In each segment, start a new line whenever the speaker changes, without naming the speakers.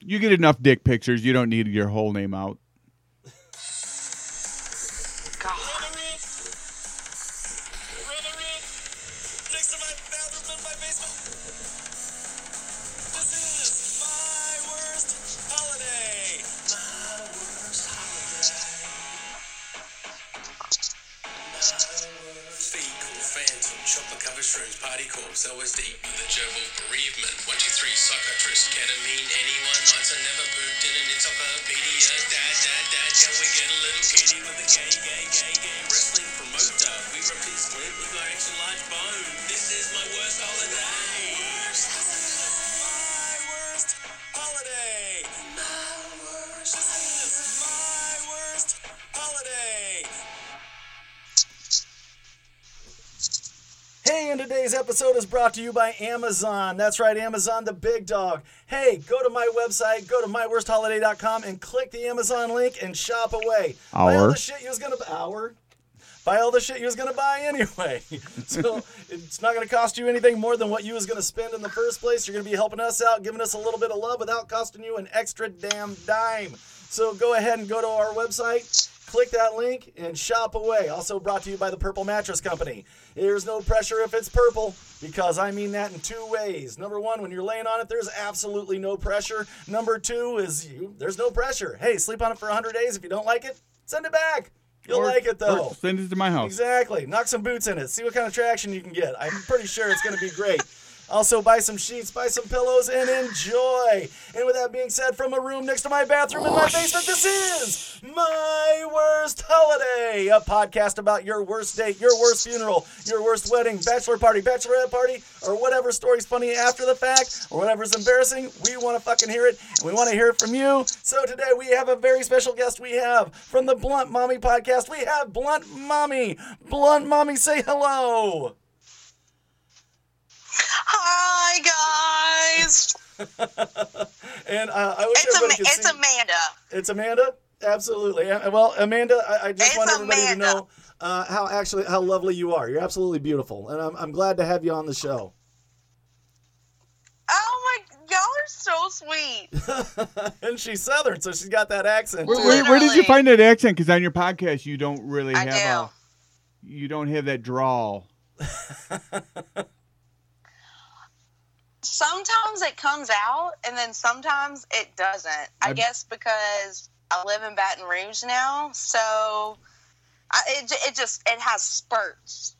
You get enough dick pictures. You don't need your whole name out.
God.
Next to my bathroom in my basement. This is my worst holiday. My worst holiday. Feed cool fans from Chopper Cover Shrooms Party Corps LSD with the gerbil bereavement. One, two, three, psychiatrist, ketamine, anyone. Nights I never pooped in an encyclopedia. Da, da, da, can we get a little kitty with a gay, gay, gay, gay wrestling promoter? We replace Clint with our extra large bone. This is my worst holiday. My worst holiday. My worst. This is my worst holiday.
Hey, and today's episode is brought to you by Amazon. That's right, Amazon, the big dog. Hey, go to my website, go to myworstholiday.com, and click the Amazon link and shop away. Buy all
Hour.
the shit you was gonna hour. Buy all the shit you was gonna buy anyway. so it's not gonna cost you anything more than what you was gonna spend in the first place. You're gonna be helping us out, giving us a little bit of love without costing you an extra damn dime. So go ahead and go to our website. Click that link and shop away. Also brought to you by the Purple Mattress Company. There's no pressure if it's purple, because I mean that in two ways. Number one, when you're laying on it, there's absolutely no pressure. Number two is you, there's no pressure. Hey, sleep on it for 100 days. If you don't like it, send it back. You'll
Or-
like it though.
or send it to my house.
Exactly. Knock some boots in it. See what kind of traction you can get. I'm pretty sure it's going to be great. Also, buy some sheets, buy some pillows, and enjoy. And with that being said, from a room next to my bathroom in my basement, this is My Worst Holiday, a podcast about your worst date, your worst funeral, your worst wedding, bachelor party, bachelorette party, or whatever story's funny after the fact, or whatever's embarrassing. We want to fucking hear it, and we want to hear it from you. So today we have a very special guest we have from the Blunt Mommy podcast. We have Blunt Mommy. Blunt Mommy, say hello.
Hi, guys.
And uh, I wish
It's, Ama-
everybody could
it's
see.
Amanda.
It's Amanda. Absolutely. Uh, Well, Amanda, I, I just
It's
want everybody
Amanda.
to know uh, how actually how lovely you are. You're absolutely beautiful, and I'm, I'm glad to have you on the show.
Oh my, y'all are so sweet.
and she's Southern, so she's got that accent.
Where,
too.
where- where did you
Literally.
find that accent? Because on your podcast, you don't really
I
have uh,
do.
a, you don't have that drawl.
Sometimes it comes out, and then sometimes it doesn't. I,
I-
guess because I live in Baton Rouge now, so I, it j- it just it has spurts.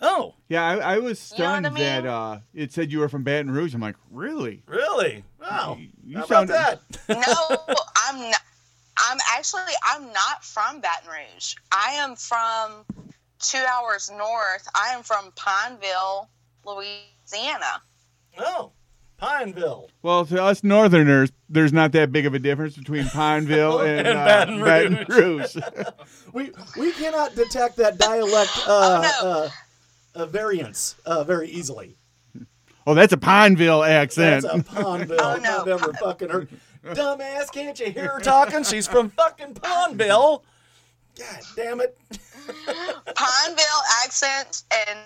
Oh,
Yeah, I, I was
You know what I
stunned that
mean?
uh, it said you were from Baton Rouge. I'm like, really?
really? Wow.
You- you
how
sound-
about
No,
that?
I'm not. I'm actually I'm not from Baton Rouge. I am from two hours north. I am from Pineville, Louisiana.
oh, Pineville.
Well, to us Northerners, there's not that big of a difference between Pineville
Oh,
and,
And
uh,
Baton
Baton Rouge.
We we cannot detect that dialect uh,
no.
uh, uh, variance uh, very easily.
oh, that's a Pineville accent.
That's a Pineville.
Oh, no.
I've ever fucking heard. Dumbass, can't you hear her talking? She's from fucking Pineville. God damn it.
Pineville accents and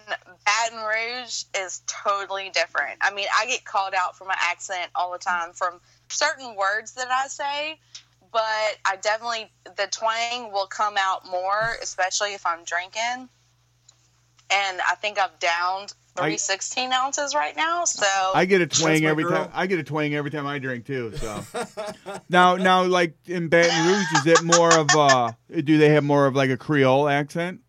Baton Rouge is totally different. I mean, I get called out for my accent all the time from certain words that I say, but I definitely the twang will come out more, especially if I'm drinking. And I think I've downed
I-
three sixteen ounces right now, so
I get a
That's
twang
my
every
girl.
time. I get a twang every time I drink too. So now, now, like in Baton Rouge, is it more of uh? Do they have more of like a Creole accent?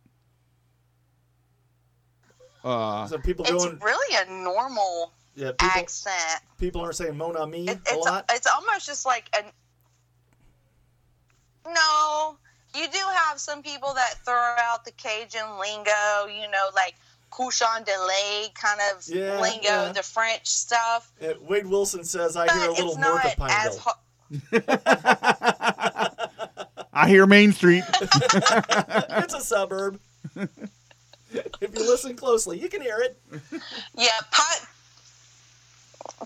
Uh,
So people
it's
going.
really a normal
Yeah, people,
accent.
people aren't saying Mon ami
It,
a
it's
lot.
it's almost just like an. No, you do have some people that throw out the Cajun lingo, you know, like couchon delay kind of
Yeah,
lingo,
yeah.
the French stuff.
Uh, Wade Wilson says I
But
hear a
it's
little north of
not as
Pineville.
hard.
I hear Main Street.
it's a suburb. if you listen closely, you can hear it.
Yeah, Pine,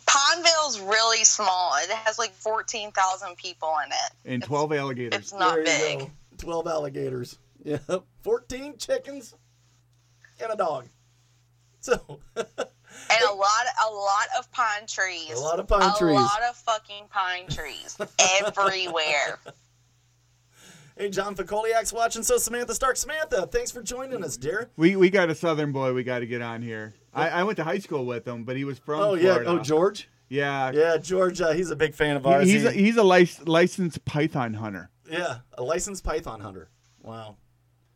Pineville's really small. It has like fourteen thousand people in it.
and twelve
It's
alligators.
not
There you
big.
go. Twelve alligators. Yeah, fourteen chickens and a dog. So,
and a lot, a lot of pine trees.
A lot of pine
a
trees.
lot of fucking pine trees everywhere.
Hey, John Fakoliak's watching. So Samantha Stark, Samantha, thanks for joining us, dear.
We we got a Southern boy. We got to get on here. I, I went to high school with him, but he was from.
Oh yeah,
Florida.
oh George.
Yeah.
Yeah, George. Uh, he's a big fan of
He-
ours.
he's a,
He-
he's a lic- licensed python hunter.
yeah, a licensed python hunter. Wow.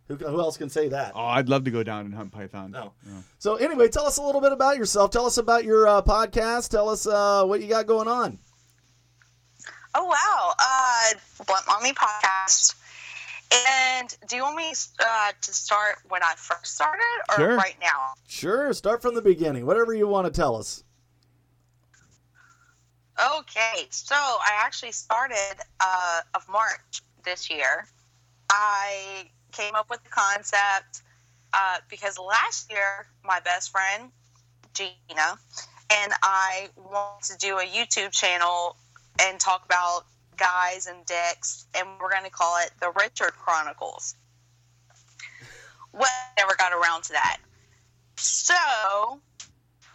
Who, who else can say that?
Oh, I'd love to go down and hunt python.
No. So anyway, tell us a little bit about yourself. Tell us about your uh, podcast. Tell us uh, what you got going on.
Oh wow! Uh, Blunt Mommy podcast. And do you want me uh, to start when I first started, or
Sure.
right now?
Sure, start from the beginning. Whatever you want to tell us.
Okay, so I actually started uh, of March this year. I came up with the concept uh, because last year my best friend Gina and I wanted to do a YouTube channel and talk about guys and dicks, and we're going to call it the Richard Chronicles. Well, never got around to that. So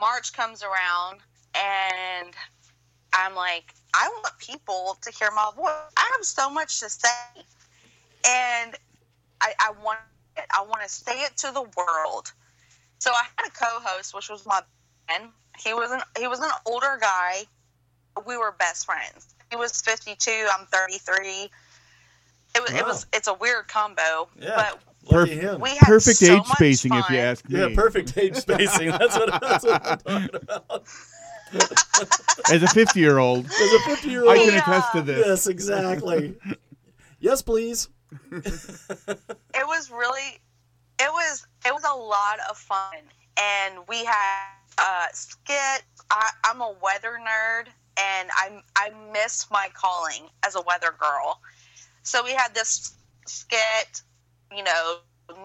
March comes around and I'm like, I want people to hear my voice. I have so much to say, and I, I want it. I want to say it to the world. So I had a co-host, which was my man. He was an he was an older guy. We were best friends. He was 52. I'm 33. It was, it
Wow.
was it's a weird combo,
Yeah.
but
Lucky
Perf-
him.
we had
Perfect
so
age
much
spacing, if you
fun.
ask me.
yeah, perfect age spacing. That's what, that's what I'm talking about.
As a 50 year old,
As a 50 year
I
old.
can
Yeah.
attest to this.
uh, Yes, exactly. yes, please.
it was really it was it was a lot of fun and we had uh skit I, i'm a weather nerd and i i missed my calling as a weather girl so we had this skit you know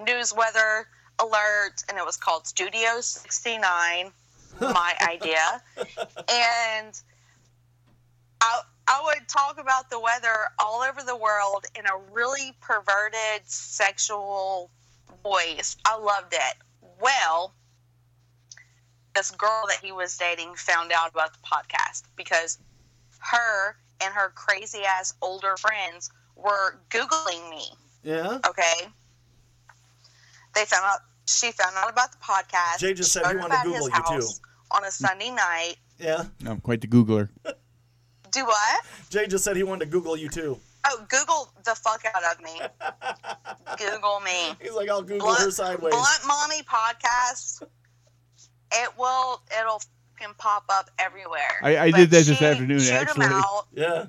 news weather alert and it was called studio 69 my idea and I, I would talk about the weather all over the world in a really perverted sexual voice. I loved it. Well, this girl that he was dating found out about the podcast because her and her crazy ass older friends were Googling me.
Yeah.
Okay. They found out, she found out about the podcast.
Jay just said
showed
he
up
wanted to
at his
Google you, too.
house On a Sunday night.
Yeah.
I'm quite the Googler.
Do what?
Jay just said he wanted to Google you too.
Oh, Google the fuck out of me. Google me.
He's like, I'll Google her
Blunt,
sideways.
Blunt Mommy podcast. It will. It'll fucking pop up everywhere.
I- I
But
did that this
shoot-
afternoon,
shoot 'em
actually.
out.
Yeah.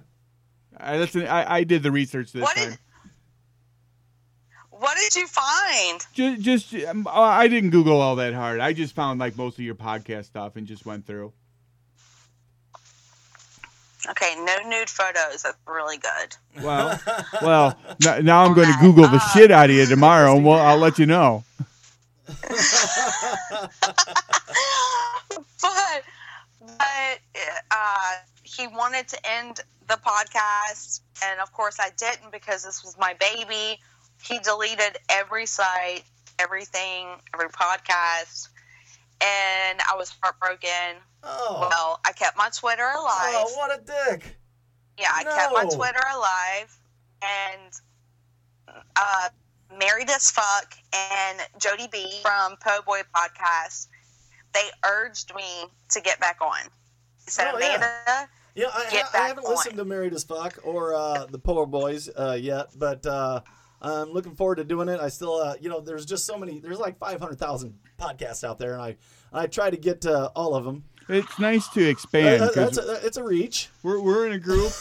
I, listen, I, I did the research this
What
time.
did? What did you find?
Just, just um, uh, I didn't Google all that hard. I just found like most of your podcast stuff and just went through.
Okay, no nude photos. That's really good.
Well, well, n- now I'm going to Google the shit out of you tomorrow, and well, I'll let you know.
but but uh, he wanted to end the podcast, and of course I didn't because this was my baby. He deleted every site, everything, every podcast, and I was heartbroken.
Oh.
Well, I kept my Twitter alive.
Oh, what a dick.
Yeah, I kept my
No.
Twitter alive and uh, married as fuck and Jody B from Po Boy Podcast. They urged me to get back on. They said,
Oh, yeah.
Amanda,
Yeah, I,
Get
I, I
back
haven't
on.
listened to Married as Fuck or uh, the Poor Boys uh, yet, but uh, I'm looking forward to doing it. I still, uh, you know, there's just so many. There's like 500,000 podcasts out there, and I I try to get to all of them. Uh,
It's nice to expand
that's
because
a, it's a reach.
we're, we're in a group.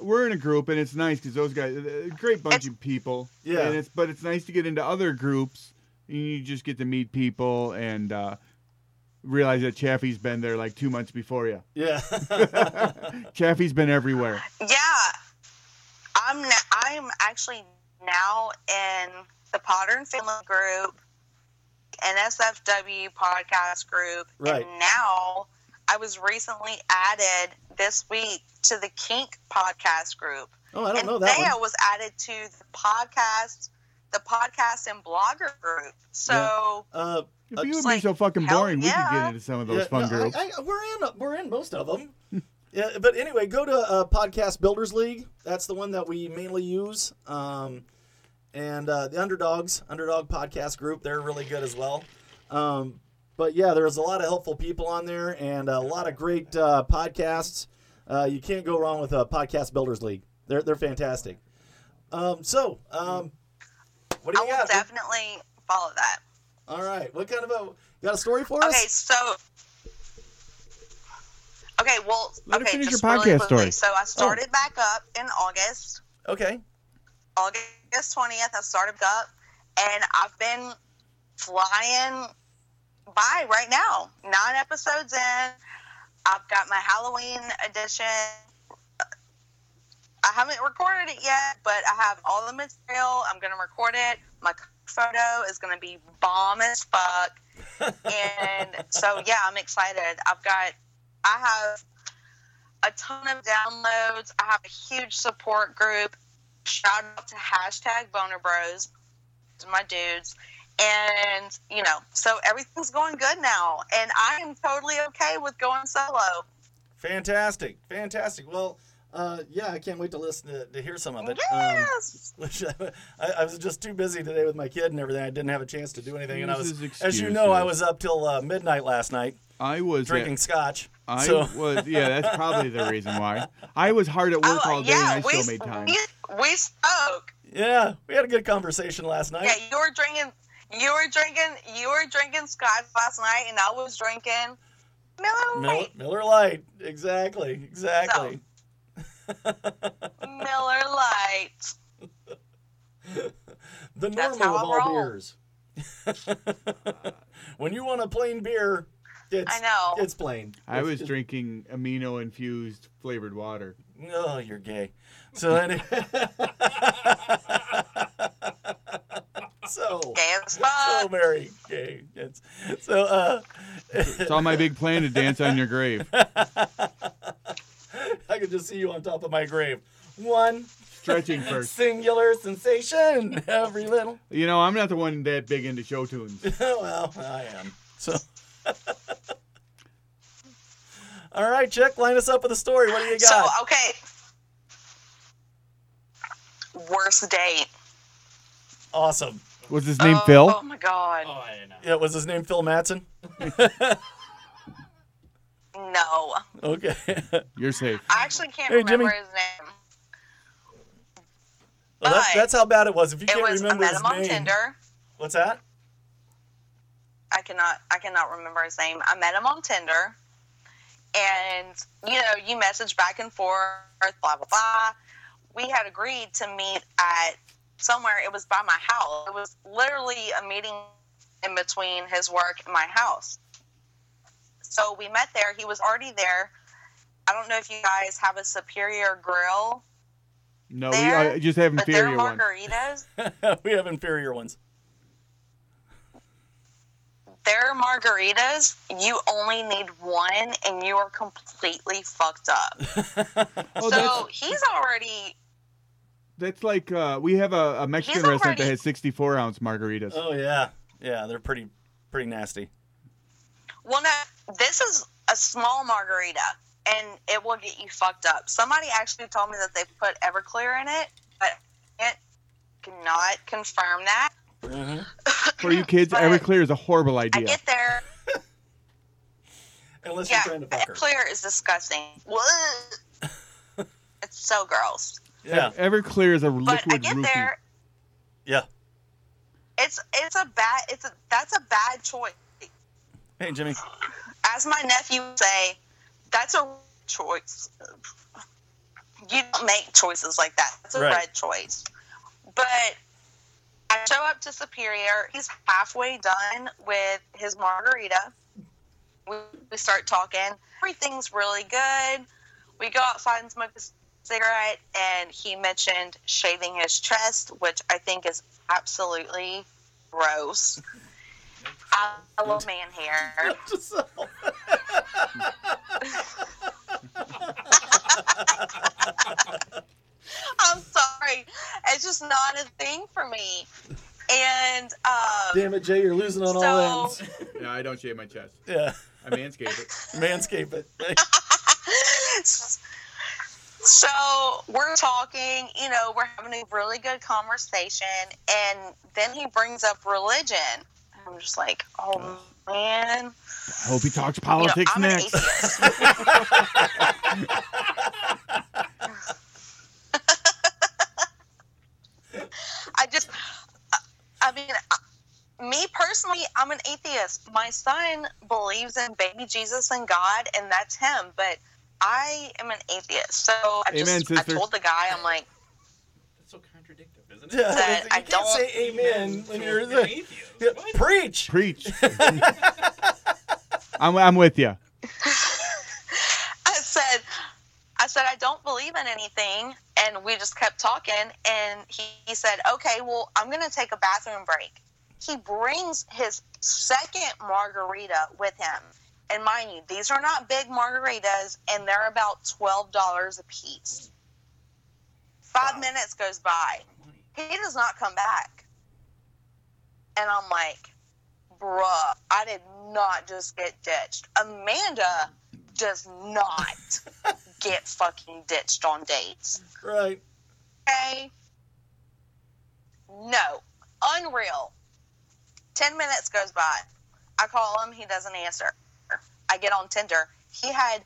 we're in a group, and it's nice because those guys, a great bunch of people.
Yeah.
And it's but it's nice to get into other groups. And you just get to meet people and uh, realize that Chaffee's been there like two months before you.
Yeah.
Chaffee's been everywhere.
Yeah, I'm. n- I'm actually now in the Potter and Finley group, NSFW podcast group,
Right.
and now I was recently added this week to the Kink podcast group,
oh, I don't
and
know that
Thea
one.
was added to the podcast the podcast and blogger group. So
Uh,
If you would be
like,
so fucking
hell
boring, we could
yeah.
get into some of those
yeah,
fun
no, I-
groups.
I, we're in. We're in most of them. yeah, but anyway, go to uh, Podcast Builders League. That's the one that we mainly use. Um, and uh, the Underdogs Underdog Podcast Group. They're really good as well. Um, but yeah, there's a lot of helpful people on there and a lot of great uh, podcasts. Uh, you can't go wrong with uh, Podcast Builders League. They're they're fantastic. Um, so um, what do
I
you
will
got?
definitely follow that.
All right, what kind of a you got a story for us?
Okay, so okay, well,
Let her
okay,
finish
just
your
really
podcast
quickly.
story.
So I started back up in August,
Okay.
August twentieth. I started back up, and I've been flying by right now. Nine episodes in, I've got my Halloween edition. I haven't recorded it yet, but I have all the material. I'm gonna record it. My photo is gonna be bomb as fuck and so yeah, I'm excited. I've got, I have a ton of downloads. I have a huge support group. Shout out to hashtag Boner Bros, to my dudes, and you know, so everything's going good now, and I am totally okay with going solo.
Fantastic, fantastic. Well, uh, yeah, I can't wait to listen to, to hear some of it. Um,
Yes.
which I, I was just too busy today with my kid and everything. I didn't have a chance to do anything, and I was,
Uses
as you know, I
excuses.
was up till uh, midnight last night
I was at-
drinking scotch.
I
so
was yeah, that's probably the reason why. I was hard at work
Oh,
all day and I still made time.
We, we spoke.
yeah, we had a good conversation last night.
Yeah, you were drinking. You were drinking. You were drinking scotch last night, and I was drinking Miller
Miller,
Lite.
Miller Light, exactly, exactly.
Miller Lite.
the normal
that's how
of
I
all
roll.
beers. when you want a plain beer, it's
I know.
it's plain.
I
It's-
was
it's-
drinking amino infused flavored water.
Oh, you're gay. So anyway. so.
Gay as
So
Oh
fuck.
Mary gay. It's, so uh,
It's all my big plan to dance on your grave.
I could just see you on top of my grave. One
Stretching first.
singular sensation. Every little.
You know, I'm not the one that big into show tunes.
well, I am. So. All right, Chick, line us up with a story. What do you
So
got?
okay. Worst date.
awesome.
Was his name
oh,
Phil?
Oh my god.
Oh, I don't know.
Yeah, was his name Phil Matson?
No,
Okay.
You're safe.
I actually can't
Hey, Jimmy.
remember his name.
Well, that's,
But
that's how bad it was. If you
Uh, It
can't
was I
remember
met
his
him on
name,
Tinder.
what's that?
I cannot I cannot remember his name. I met him on Tinder and you know, you message back and forth, blah blah blah. We had agreed to meet at somewhere, it was by my house. It was literally a meeting in between his work and my house. So we met there, he was already there. I don't know if you guys have a superior grill,
No, we
There,
I just have
but their
inferior ones.
margaritas,
we have inferior ones.
their margaritas, you only need one and you are completely fucked up.
Oh, that's,
so he's already
that's like uh, we have a, a Mexican
He's
restaurant that
already-
has 64 ounce margaritas.
Oh yeah, yeah, they're pretty pretty nasty.
well no this is a small margarita and it will get you fucked up somebody actually told me that they put everclear in it but it cannot confirm that
Mm-hmm.
For you kids,
But-
Everclear is a horrible
i
idea.
get there
Unless
yeah
you're trying to fuck her.
everclear is disgusting Ugh. it's so gross
Yeah,
Everclear is a
but i
liquid
get
roofie.
there
yeah.
it's it's a bad it's a, that's a bad choice
Hey Jimmy.
as my nephew would say, that's a choice. You don't make choices like that. That's a
Right.
red choice. But I show up to Superior. He's halfway done with his margarita. We, we start talking. Everything's really good. We go outside and smoke a c- cigarette, and he mentioned shaving his chest, which I think is absolutely gross. I, I love man hair. I'm sorry. It's just not a thing for me. um,
Damn it, Jay, you're losing on all ends.
So-
No, I don't shave my chest.
Yeah,
I manscape it.
manscape it.
So we're talking, you know, we're having a really good conversation, and then he brings up religion. I'm just like, oh man,
I hope he talks
You know,
politics
I'm an
next.
atheist. I just, I mean, I- me personally, I'm an atheist. My son believes in baby Jesus and God, and that's him. But I am an atheist, so I just,
Amen,
I
sister.
told the guy, I'm like,
That's so contradictive, isn't it?
Yeah,
That
you
I
can't
don't-
say amen when
to
you're
an
the,
atheist.
yeah,
What?
preach.
Preach. I'm, I'm with you.
I said, I said, I don't believe in anything. And we just kept talking. And he, he said, okay, well, I'm going to take a bathroom break. He brings his second margarita with him. And mind you, these are not big margaritas, and they're about $12 a piece. Five minutes goes by. He does not come back. And I'm like, bruh, I did not just get ditched. Amanda does not get fucking ditched on dates.
Right.
Okay? No. Unreal. 10 minutes goes by. I call him, he doesn't answer. I get on Tinder. He had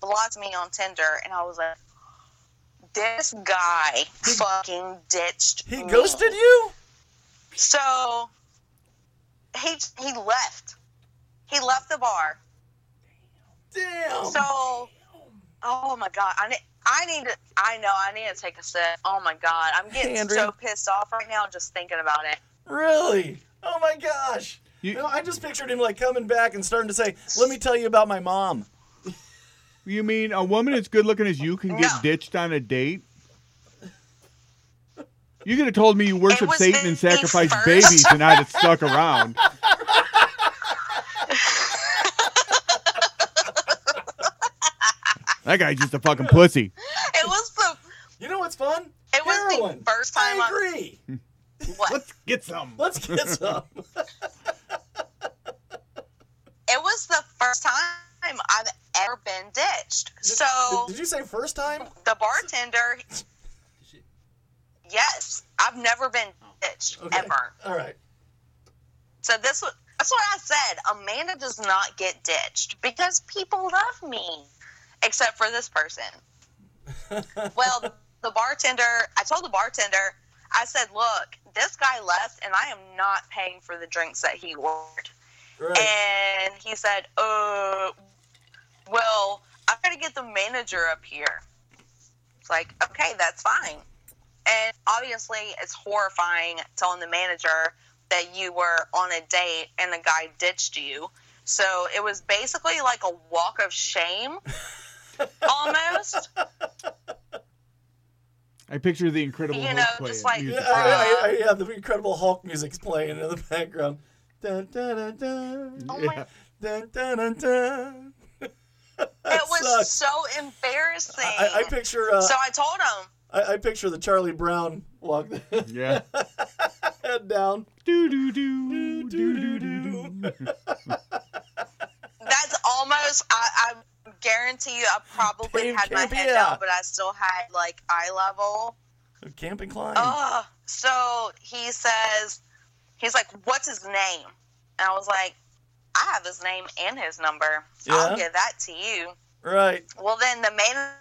blocked me on Tinder, and I was like, this guy fucking ditched
He
me.
ghosted you?
So he he left. He left the bar.
Damn.
So, oh my god, I need, I need to, I know, I need to take a sip. Oh my god, I'm getting
Hey, Andrea.
so pissed off right now just thinking about it.
Really? Oh my gosh.
You-
You know, I just pictured him like coming back and starting to say, "Let me tell you about my mom."
You mean a woman as good looking as you can get
No.
ditched on a date? You could have told me you worship
was
Satan
the-
and
the
sacrifice
first-
babies, and I'd have stuck around. that guy's just a fucking pussy.
It was the
You know what's fun?
it was
Heroin.
the first time
I
I,
agree.
what
Let's get some.
Let's get some.
it was the first time I've ever been ditched.
Did-
So
Did you say first time?
the bartender, yes, I've never been ditched
Okay.
ever.
All right.
So this was that's what I said. Amanda does not get ditched because people love me, except for this person. well, the, the bartender, I told the bartender, I said, "Look, this guy left, and I am not paying for the drinks that he ordered."
Right.
And he said, "Uh, well, I'm gonna get the manager up here." It's like, okay, that's fine. And obviously, it's horrifying telling the manager that you were on a date and the guy ditched you. So it was basically like a walk of shame, almost.
I picture the Incredible
You
Hulk
know,
play
just
it.
like-
music.
yeah,
uh,
I, I, I, yeah, the incredible Hulk music's playing in the background. Dun, dun, dun, dun.
Oh my!
Dun, dun, dun, dun.
It
sucks.
was so embarrassing.
I, I picture uh,
so I told him,
I, I picture the Charlie Brown walk the
yeah.
head down.
Do do do do do do.
That's almost. I, I guarantee you, I probably
Dave
had my head
Campia.
down, but I still had like eye level.
Camping climb.
Ugh. So he says, he's like, "What's his name?" And I was like, "I have his name and his number. I'll
Yeah.
give that to you."
Right.
Well, then the man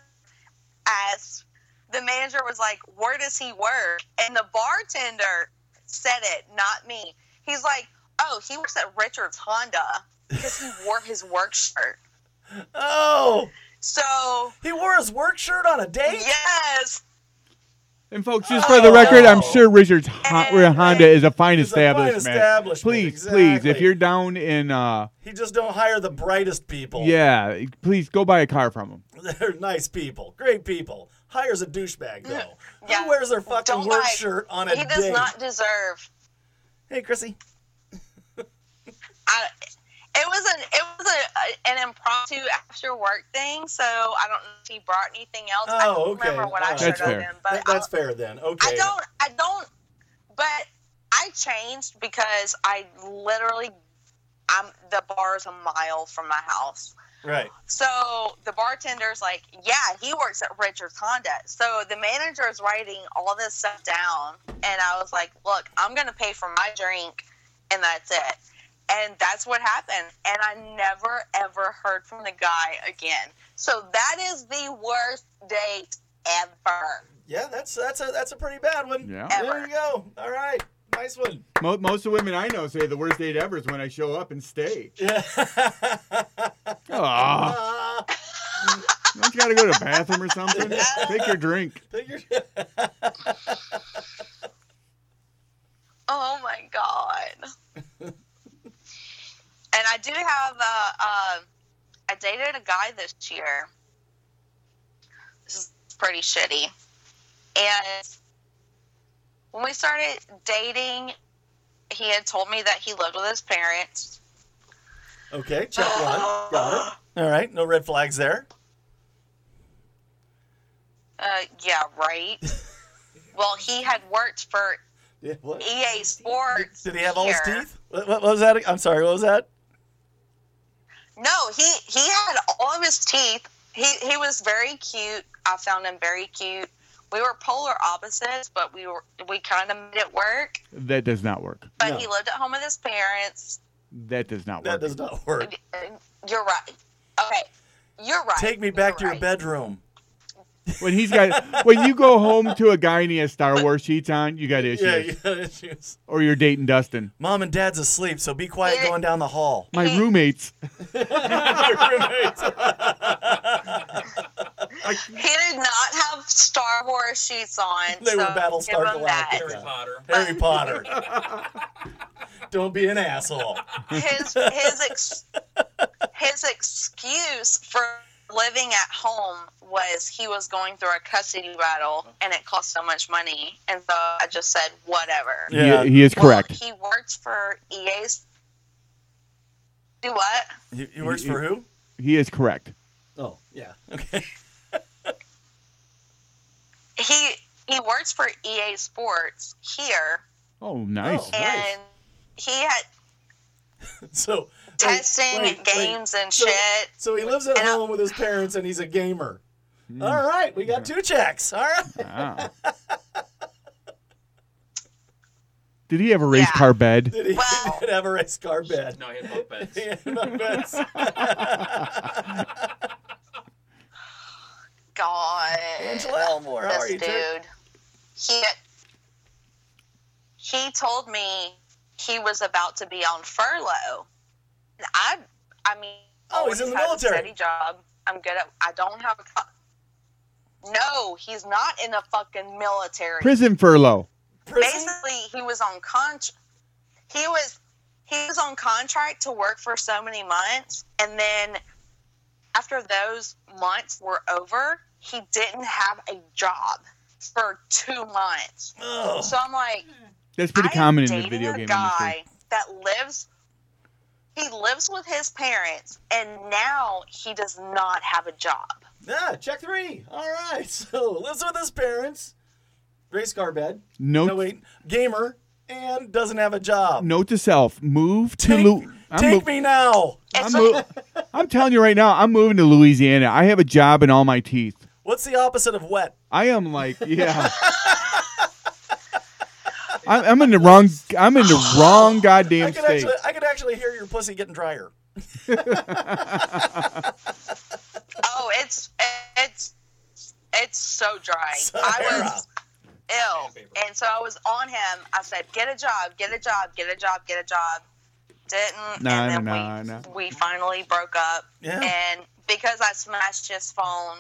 asked. The manager was like, "Where does he work?" And the bartender said it, not me. He's like, "Oh, he works at Richard's Honda because he wore his work shirt."
Oh,
So
he wore his work shirt on a date.
yes,
And folks, just for the record, I'm sure Richard's Hon- Honda is a fine
It's a fine
establishment.
establishment,
Please, please, if
exactly.
you're down in, uh,
He just don't hire the brightest people.
yeah, please go buy a car from him.
They're nice people, great people. Hires a douchebag though.
Yeah.
Who wears their fucking
Don't
work
lie.
shirt on a
he does
date?
not deserve
Hey, Chrissy.
I, it was an it was a, an impromptu after work thing, so I don't know if he brought anything else. I
Oh,
don't
okay.
remember what
All
I
right.
showed
That's fair.
him, but
That- that's fair then. Okay.
I, I don't I don't. But I changed because I literally, I'm the bar is a mile from my house.
Right.
So the bartender's like, yeah, he works at Richard's Honda. So the manager is writing all this stuff down. And I was like, look, I'm going to pay for my drink, and that's it. And that's what happened. And I never, ever heard from the guy again. So that is the worst date ever.
Yeah, that's that's a that's a pretty bad one.
Yeah.
There you go. All right. Nice one.
Mo- most of the women I know say the worst date ever is when I show up and stay.
Yeah.
Aw,
Ah,
don't you got to go to the bathroom or something? Take your drink.
figured.
Oh my god. and I do have a, um I dated a guy this year. This is pretty shitty. And when we started dating, he had told me that he lived with his parents.
Okay, check one. Got it. All right, no red flags there.
Uh, yeah, right. well, he had worked for
Yeah, what?
EA Sports.
Did he have all his
here.
teeth? What, what was that? I'm sorry, what was that?
No, he he had all of his teeth. He he was very cute. I found him very cute. We were polar opposites, but we were we kind of made it work.
That does not work.
But
No.
he lived at home with his parents.
That does not work.
That does not work.
You're right. Okay, you're right.
Take me back to
You're
your
right.
bedroom.
when he's got when you go home to a guy and he has Star Wars sheets on, you got issues.
Yeah, you got issues.
Or you're dating Dustin.
Mom and dad's asleep, so be quiet
Yeah.
going down the hall.
My roommates.
He did not have Star Wars sheets on.
They were
so
Battlestar
give him that.
Galactica.
Harry Potter.
Harry Potter. Don't be an asshole.
his his ex, his excuse for living at home was he was going through a custody battle and it cost so much money and so I just said whatever.
He-
Yeah.
He, is correct.
Well, he worked for EA's do what?
He, he works for who?
He is correct.
Oh, yeah. Okay.
He he works for EA Sports here
Oh, nice.
Oh. Nice.
and he had
So wait,
testing
wait,
and
wait.
games and
So-
shit.
So he lives at
And I-
home with his parents and he's a gamer.
Mm.
All right, we got two checks. All right.
Wow. Did he have a race
Yeah.
car bed?
Did he,
Wow.
did have a race car bed?
No, he had both beds.
Yeah, no beds.
God.
Angela Elmore, how are
this
you?
dude.
Too?
He he told me he was about to be on furlough. And I I mean,
Oh, he's in the
always had a
military.
Steady job. I'm good at. I don't have a. co- No, he's not in the fucking military.
Prison furlough.
Prison?
Basically, he was on con. He was he was on contract to work for so many months, and then after those months were over, he didn't have a job for two months.
Oh,
So I'm like,
That's pretty
I am
common in the
dating
video
a
game industry.
guy that lives. He lives with his parents, and now he does not have a job.
ah, check three. All right. So lives with his parents, race car bed.
Note,
No wait, gamer and doesn't have a job.
note to self: move to.
Take,
Lu- I'm
take
mo-
me now.
It's
I'm,
like,
mo- I'm telling you right now, I'm moving to Louisiana. I have a job and all my teeth.
What's the opposite of wet?
I am like, yeah. I'm, I'm in the wrong. I'm in the wrong
I
goddamn
could
state.
actually, I could actually hear your pussy getting drier.
oh, it's it's it's so dry. I
Sahara.
was ill. And so I was on him. I said, get a job, get a job, get a job, get a job. Didn't.
Nah,
and then
nah,
we,
nah.
we finally broke up.
Yeah.
And because I smashed his phone,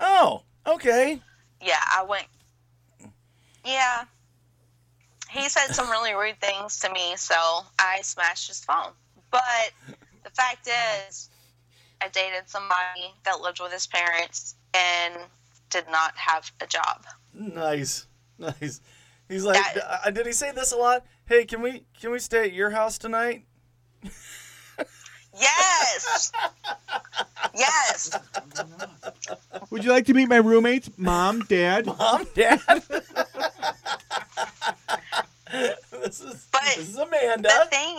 Oh, okay.
yeah, I went, yeah. He said some really rude things to me, so I smashed his phone. But the fact is, I dated somebody that lived with his parents and did not have a job.
Nice, nice. He's like,
That-
uh, did he say this a lot? Hey, can we can we stay at your house tonight?
Yes. yes.
Would you like to meet my roommates, mom, dad?
Mom, Dad.
But
This is Amanda.
the thing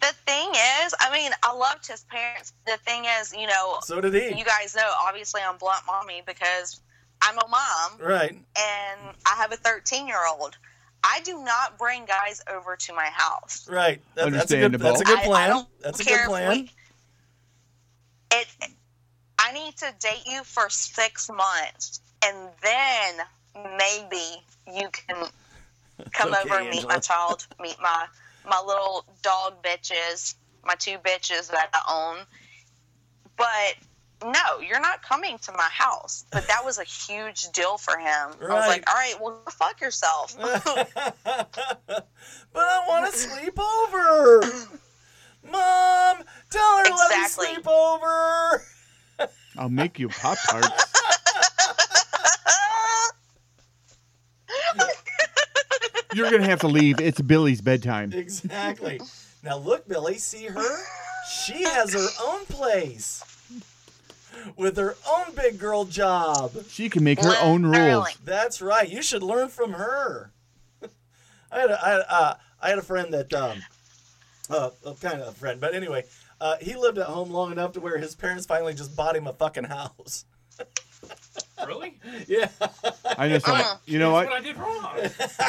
the thing is i mean i loved his parents the thing is you know
So did he.
you guys know obviously i'm blunt mommy because i'm a mom
right.
and i have a 13 year old i do not bring guys over to my house
Right. That- that's a good.
Understandable.
That's a good
I- I
plan.
don't
that's a
care
good
if
plan.
we- it i need to date you for six months and then maybe you can come
Okay,
over and meet my
Angela.
child meet my my little dog bitches my two bitches that i own but no you're not coming to my house but that was a huge deal for him i was
Right.
like all right well go fuck yourself
but I want to sleep over. Mom, tell her let me
Exactly.
sleep over.
I'll make you Pop Tarts. You're going to have to leave. It's Billy's bedtime.
Exactly. now look, Billy, see her? She has her own place with her own big girl job.
She can make her own rules.
Literally.
That's right. You should learn from her. I had a, I, uh, I had a friend that, um, uh, well, kind of a friend, but anyway, uh, he lived at home long enough to where his parents finally just bought him a fucking house.
Really?
Yeah,
I just don't.
Uh-uh.
You know
That's what
what?
I did wrong.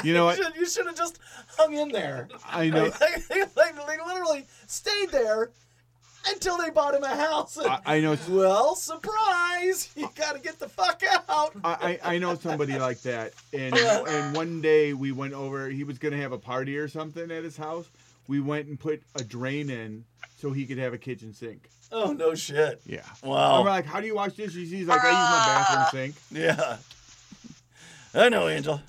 You know
you
what?
should, you should have just hung in there.
I know.
Like, they, like, they literally stayed there until they bought him a house.
I, I know.
well, surprise! You gotta get the fuck out.
I, I I know somebody like that, and and one day we went over. He was gonna have a party or something at his house. We went and put a drain in so he could have a kitchen sink.
Oh no shit!
Yeah. Oh.
Wow.
I'm like, how do you wash dishes? He's like, I use my bathroom sink.
Yeah. I know, Angel.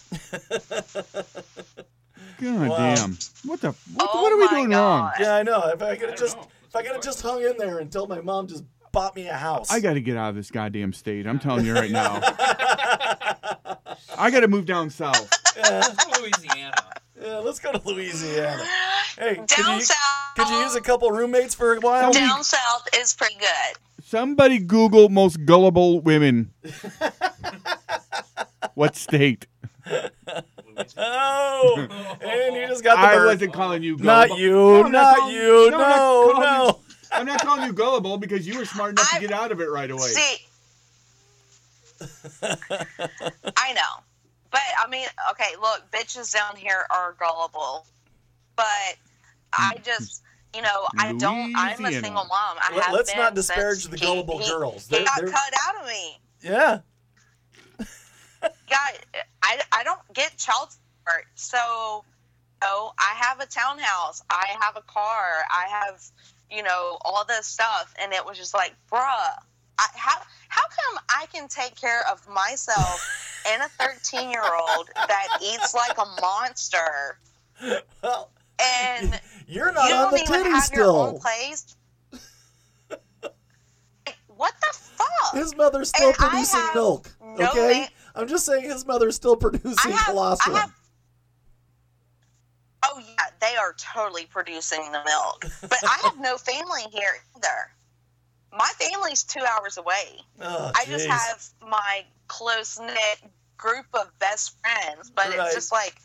God
Wow.
damn. What the? What,
Oh
what are we
my
doing wrong?
God.
Yeah, I know. If I could
I
have just,
know.
if I could have just hung in there until my mom just bought me a house.
I got to get out of this goddamn state. I'm telling you right now. I got to move down south.
yeah,
That's Louisiana.
yeah, let's go to Louisiana. Hey, could
down
you,
south
could you use a couple roommates for a while?
down south is pretty good
Somebody Google most gullible women. what state?
Louisiana.
Oh, and you just got the
I
bird.
wasn't calling you gullible.
Not you,
I'm
not
calling-
you,
I'm not
no,
calling
no.
you- I'm not calling you gullible because you were smart enough to
I-
get out of it right away.
See, I know, but I mean, okay, look, bitches down here are gullible, but I just, you know, I don't. I'm a
Louisiana.
single mom. I
Mm. Let-
have
let's
been
not disparage
since
the
he-
gullible
he-
girls.
He
They're-
got
they're-
cut out of me.
Yeah.
Got I, I don't get child support, so oh, I have a townhouse. I have a car. I have, you know, all this stuff, and it was just like, bruh, I, how how come I can take care of myself and a thirteen year old that eats like a monster,
Well,
and
you're
you
not on
don't
the
even
titty
have your
still.
own place? Like, what the fuck?
His mother's still
And I
producing
have
milk.
no
okay?
ma-
I'm just saying his mother's still
I
producing
have- I
colostrum.
have- Oh yeah, they are totally producing the milk. But I have no family here either. My family's two hours away.
Oh,
I just
jeez.
have my close knit group of best friends, but
Right.
it's just like,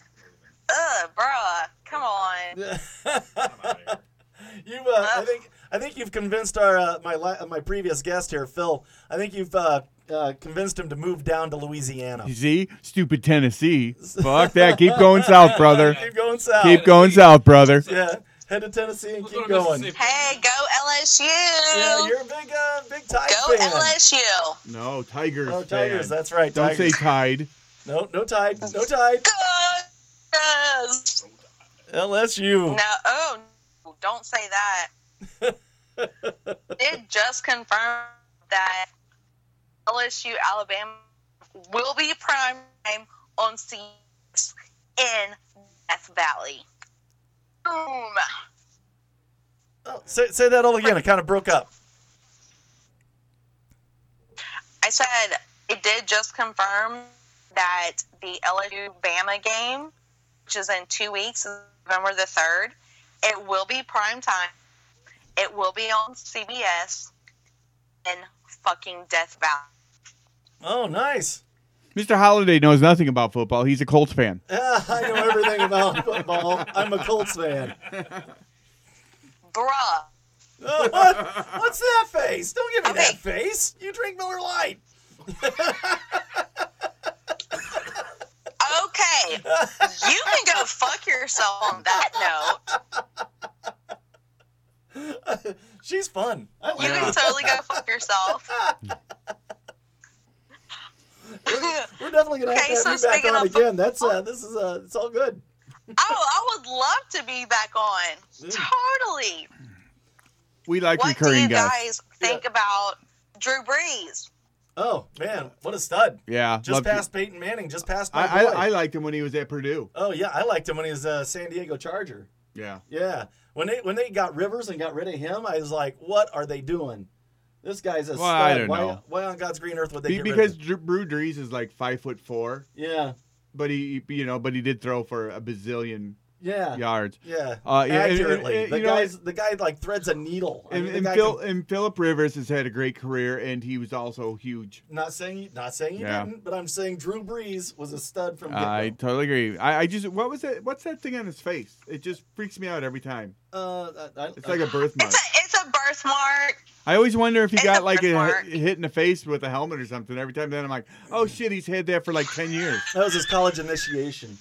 ugh, bruh, come on.
I'm out of here.
you, uh, I think, I think you've convinced our uh, my la- uh, my previous guest here, Phil. I think you've uh, uh, convinced him to move down to Louisiana.
You see? Stupid Tennessee. Fuck that. Keep going south, brother.
Keep going south.
Keep going south, brother.
Yeah, head to Tennessee and
Let's
keep
go to
going.
Mississippi.
Hey, go LSU.
Yeah, you're a big, uh, big Tide
go
fan.
LSU.
No, Tigers.
Oh,
fan.
Tigers. That's right.
Don't
Tigers.
say Tide.
no, no Tide. No Tide.
Go. Tigers.
LSU.
No, oh, no, don't say that. it just confirmed that LSU Alabama will be prime time on CBS in Death Valley. Boom.
Oh, say, say that all again. It kind of broke up.
I said it did just confirm that the LSU Bama game, which is in two weeks, November the 3rd, it will be prime time. It will be on CBS in fucking Death Valley.
Oh, nice.
Mr. Holiday knows nothing about football. He's a Colts fan.
Ah, I know everything about football. I'm a Colts fan.
Bruh.
Uh, what? What's that face? Don't give me
Okay.
that face. You drink Miller Lite.
Okay. you can go fuck yourself on that note.
She's fun. I like
You
her.
can totally go fuck yourself.
We're definitely gonna have
Okay,
to
so
have you back
speaking
on
of
again. That's uh, this is uh, it's all good.
Oh, I would love to be back on.
Mm.
Totally.
We like
What do
recurring
you
guests.
guys think about Drew Brees?
Oh man, what a stud!
yeah,
Just
love to-
past Peyton Manning, just past my
I,
boy.
I, I liked him when he was at Purdue.
oh yeah, I liked him when he was a San Diego Charger.
Yeah,
Yeah, when they when they got Rivers and got rid of him, I was like, what are they doing? This guy's a
Well,
stud.
I don't
why,
know.
why on God's green earth would they
Be-
get
because
rid of him?
Drew, Drew Brees is like five foot four,
Yeah,
but he you know but he did throw for a bazillion
yeah, yeah.
yards. Uh, yeah, and- and-
Accurately,
and,
the
you know,
guy's the guy like threads a needle. I
And,
mean, the
and
guy
Phil
can-
and Philip Rivers has had a great career, and he was also huge.
not saying you, not saying you
Yeah.
didn't, but I'm saying Drew Brees was a stud from.
I
get-go.
totally agree. I, I just what was that? What's that thing on his face? It just freaks me out every time.
Uh, I, I,
It's like a birthmark.
It's a, it's a birthmark.
I always wonder if he
It's
got
a
like a
birthmark.
hit hit in the face with a helmet or something. Every time then I'm like, oh shit, he's had that for like ten years.
that was his college initiation.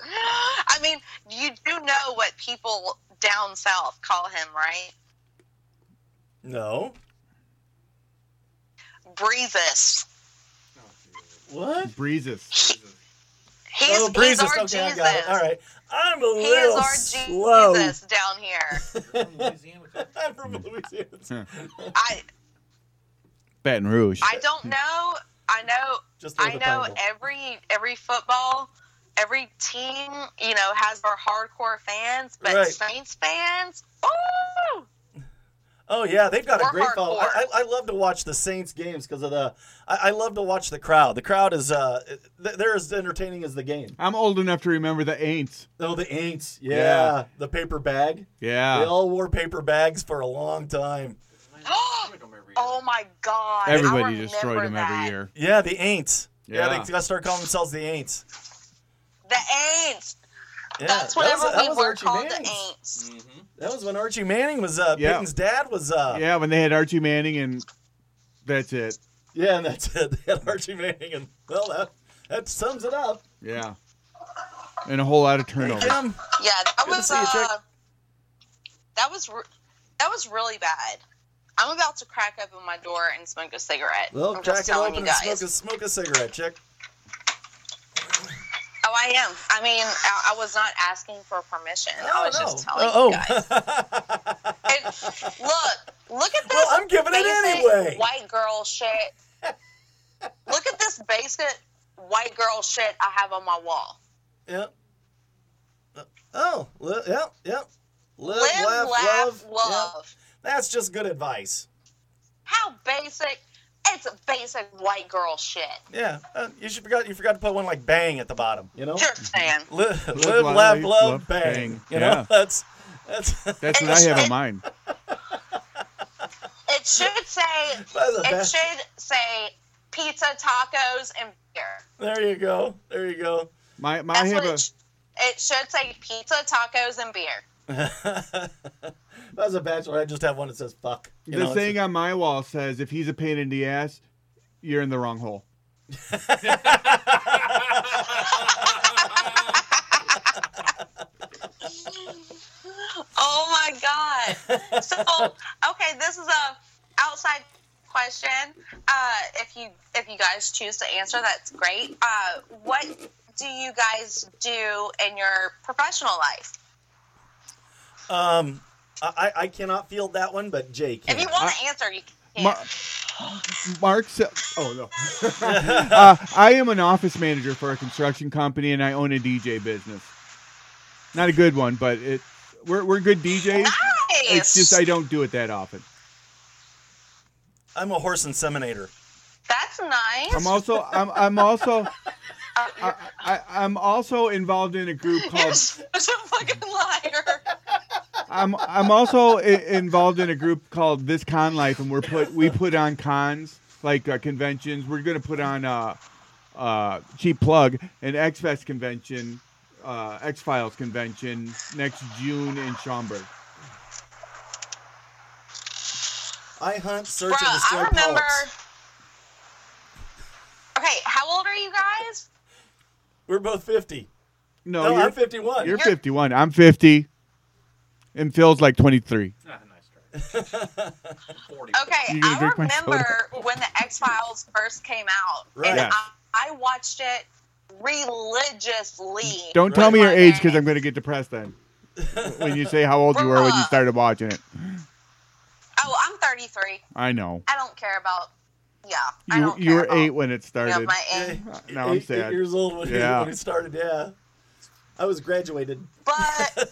I mean, you do know what people down south call him, right?
No,
Breezes.
what?
Breezes.
He's,
oh,
he's
Breezes.
our
okay, I
Jesus.
got it. All right. I'm a
He
little
is our
slow.
Jesus down here.
I'm from
Hmm.
Louisiana.
I
Baton Rouge.
I don't know. I know.
Just
I
north of
know
Pineville.
every every football, every team, you know, has their hardcore fans, but
Right.
Saints fans, ooh,
Oh yeah, they've got a
We're
great follow.
hardcore.
I, I, I love to watch the Saints games because of the. I, I love to watch the crowd. The crowd is uh, th- they're as entertaining as the game.
I'm old enough to remember the Aints.
Oh, the Aints, yeah,
Yeah.
the paper bag.
Yeah.
They all wore paper bags for a long time.
oh my god! I
Everybody destroyed
remember
him
that.
every year.
Yeah, the Aints. Yeah,
Yeah.
they gotta start calling themselves the Aints.
The Aints.
Yeah,
That's
that was-
whenever
that
we
was
were
Archie
called the
Manning's.
Aints.
Mm-hmm.
That was when Archie Manning was uh,
Yeah.
Peyton's dad was uh,
Yeah, when they had Archie Manning and that's it.
Yeah, and that's it. They had Archie Manning, and well, that, that sums it up.
Yeah. And a whole lot of
Hey,
turnovers.
Kim.
Yeah, that
Good to
was
see you, Chick.
uh, that was re- that was really bad. I'm about to crack open my door and smoke a cigarette.
Well,
I'm
crack
just
it
telling
open
you
and
guys.
smoke a, smoke a cigarette, chick.
Oh, I am. I mean, I, I was not asking for permission. I was just telling
oh,
you guys.
oh.
And look, look at this.
Well, I'm giving it
basic
anyway.
White girl shit. look at this basic white girl shit I have on my wall.
yep. Oh, li- yep, yep. Live,
Live,
laugh,
laugh,
love.
love.
Yep. That's just good advice.
How basic? It's basic white girl shit.
Yeah, uh, you should forgot you forgot to put one like bang at the bottom. You know,
Just saying.
Li- live,
laugh,
laugh, love,
love,
bang.
bang.
You know,
Yeah.
that's that's
That's what I have in mind.
It should say.
that's a
It
best.
should say pizza, tacos, and beer.
There you go. There you go.
My, my I
That's what
have
it,
a
sh- it should say. Pizza, tacos, and beer.
If I was a bachelor, I just have one that says fuck. You
the
know, it's-
thing on my wall says if he's a pain in the ass, you're in the wrong hole.
Oh my god! So okay, this is a outside question. Uh, if you if you guys choose to answer, that's great. Uh, what do you guys do in your professional life?
Um, I, I I cannot field that one, but Jake.
If you want
Uh,
to answer, you can.
Mar- Mark, sa- oh no, uh, I am an office manager for a construction company, and I own a DJ business. Not a good one, but it we're we're good DJs. It's just I don't do it that often.
I'm a horse inseminator.
that's nice.
I'm also I'm I'm also I, I, I'm also involved in a group
You're
called
such a fucking liar.
I'm I'm also I- involved in a group called This Con Life, and we're put we put on cons like uh, conventions. We're gonna put on uh, uh, cheap plug an X Fest convention, uh, X Files convention next June in Schaumburg.
I hunt, search,
Bruh,
and destroy
I remember.
polyps.
Okay, how old are you guys?
We're both 50.
No,
no,
you're,
I'm 51.
you're 51. I'm 50, and Phil's like 23.
Ah, nice try. 40.
Okay,
You gonna
I
drink my soda?
remember when the X Files first came out,
Right.
and
Yes.
I, I watched it religiously.
Don't tell me your
Right.
age because I'm gonna get depressed then. when you say how old you were when you started watching it,
Oh, I'm 33.
I know.
I don't care about. Yeah, I
You
don't
you
care
were
about,
eight when it
Yeah,
started.
my age.
Eh,
Now I'm
eight-
sad.
Eight years old when,
Yeah.
when it started, yeah. I was graduated.
But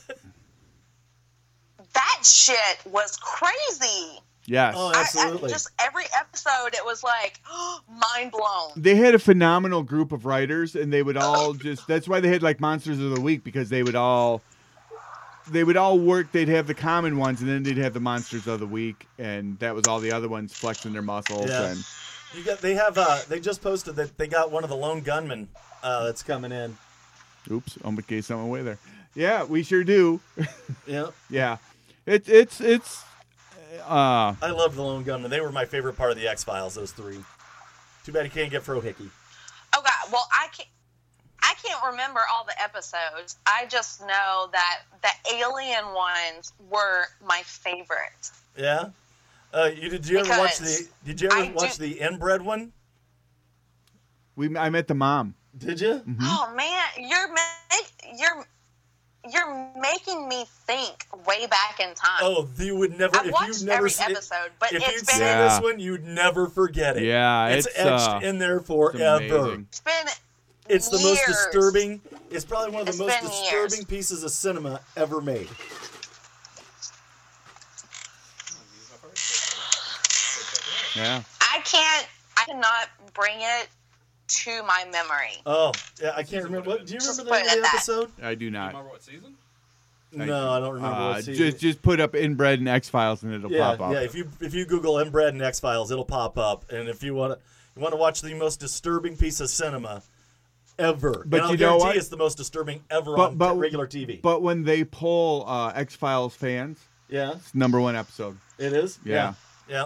that shit was crazy.
Yes.
Oh,
I-
absolutely.
I, just every episode, it was like mind blown.
they had a phenomenal group of writers and they would all just that's why they had like monsters of the week because they would all they would all work they'd have the common ones and then they'd have the monsters of the week and that was all the other ones flexing their muscles
Yeah.
and
You got they have uh they just posted that they got one of the lone gunmen uh that's coming in.
oops i'm gonna gave some away there yeah we sure do
Yeah.
yeah it, it's it's uh
I love the lone gunmen. They were my favorite part of the X Files, those three. Too bad you can't get Frohickey.
Oh God! Well, I can't. I can't remember all the episodes. I just know that the alien ones were my favorite.
Yeah? Uh you did you ever watch the
Because
did you ever
I
watch
do-
the inbred one?
we i met the mom Mm-hmm.
Did you?
Oh man, you're make, you're you're making me think way back in time.
Oh, you would never
Uh, I've
if
watched
you've never
every
seen
episode, but
if
it's
you'd
been
seen
Yeah.
this one, you'd never forget it.
yeah
It's,
it's,
etched
uh,
in there
it's
forever.
amazing.
it's been
It's the most
years.
disturbing. It's probably one of the
It's
most
been years.
disturbing pieces of cinema ever made.
yeah
I can't. I cannot bring it to my memory.
Oh, yeah, I can't remember. What, do you
Just
remember the name of
put
the
it at that.
episode?
i do not
Remember what season?
I-
No, I don't remember.
uh,
what season.
just just put up inbred and x files and it'll
yeah,
pop up
yeah. If you if you Google Inbred and X Files, it'll pop up. And if you want to you want to watch the most disturbing piece of cinema ever,
But
and I'll
you know
guarantee
what?
it's the most disturbing ever
But-
on
but-
regular TV.
But when they poll uh, X Files fans,
yeah,
it's number one episode.
it is.
Yeah.
yeah,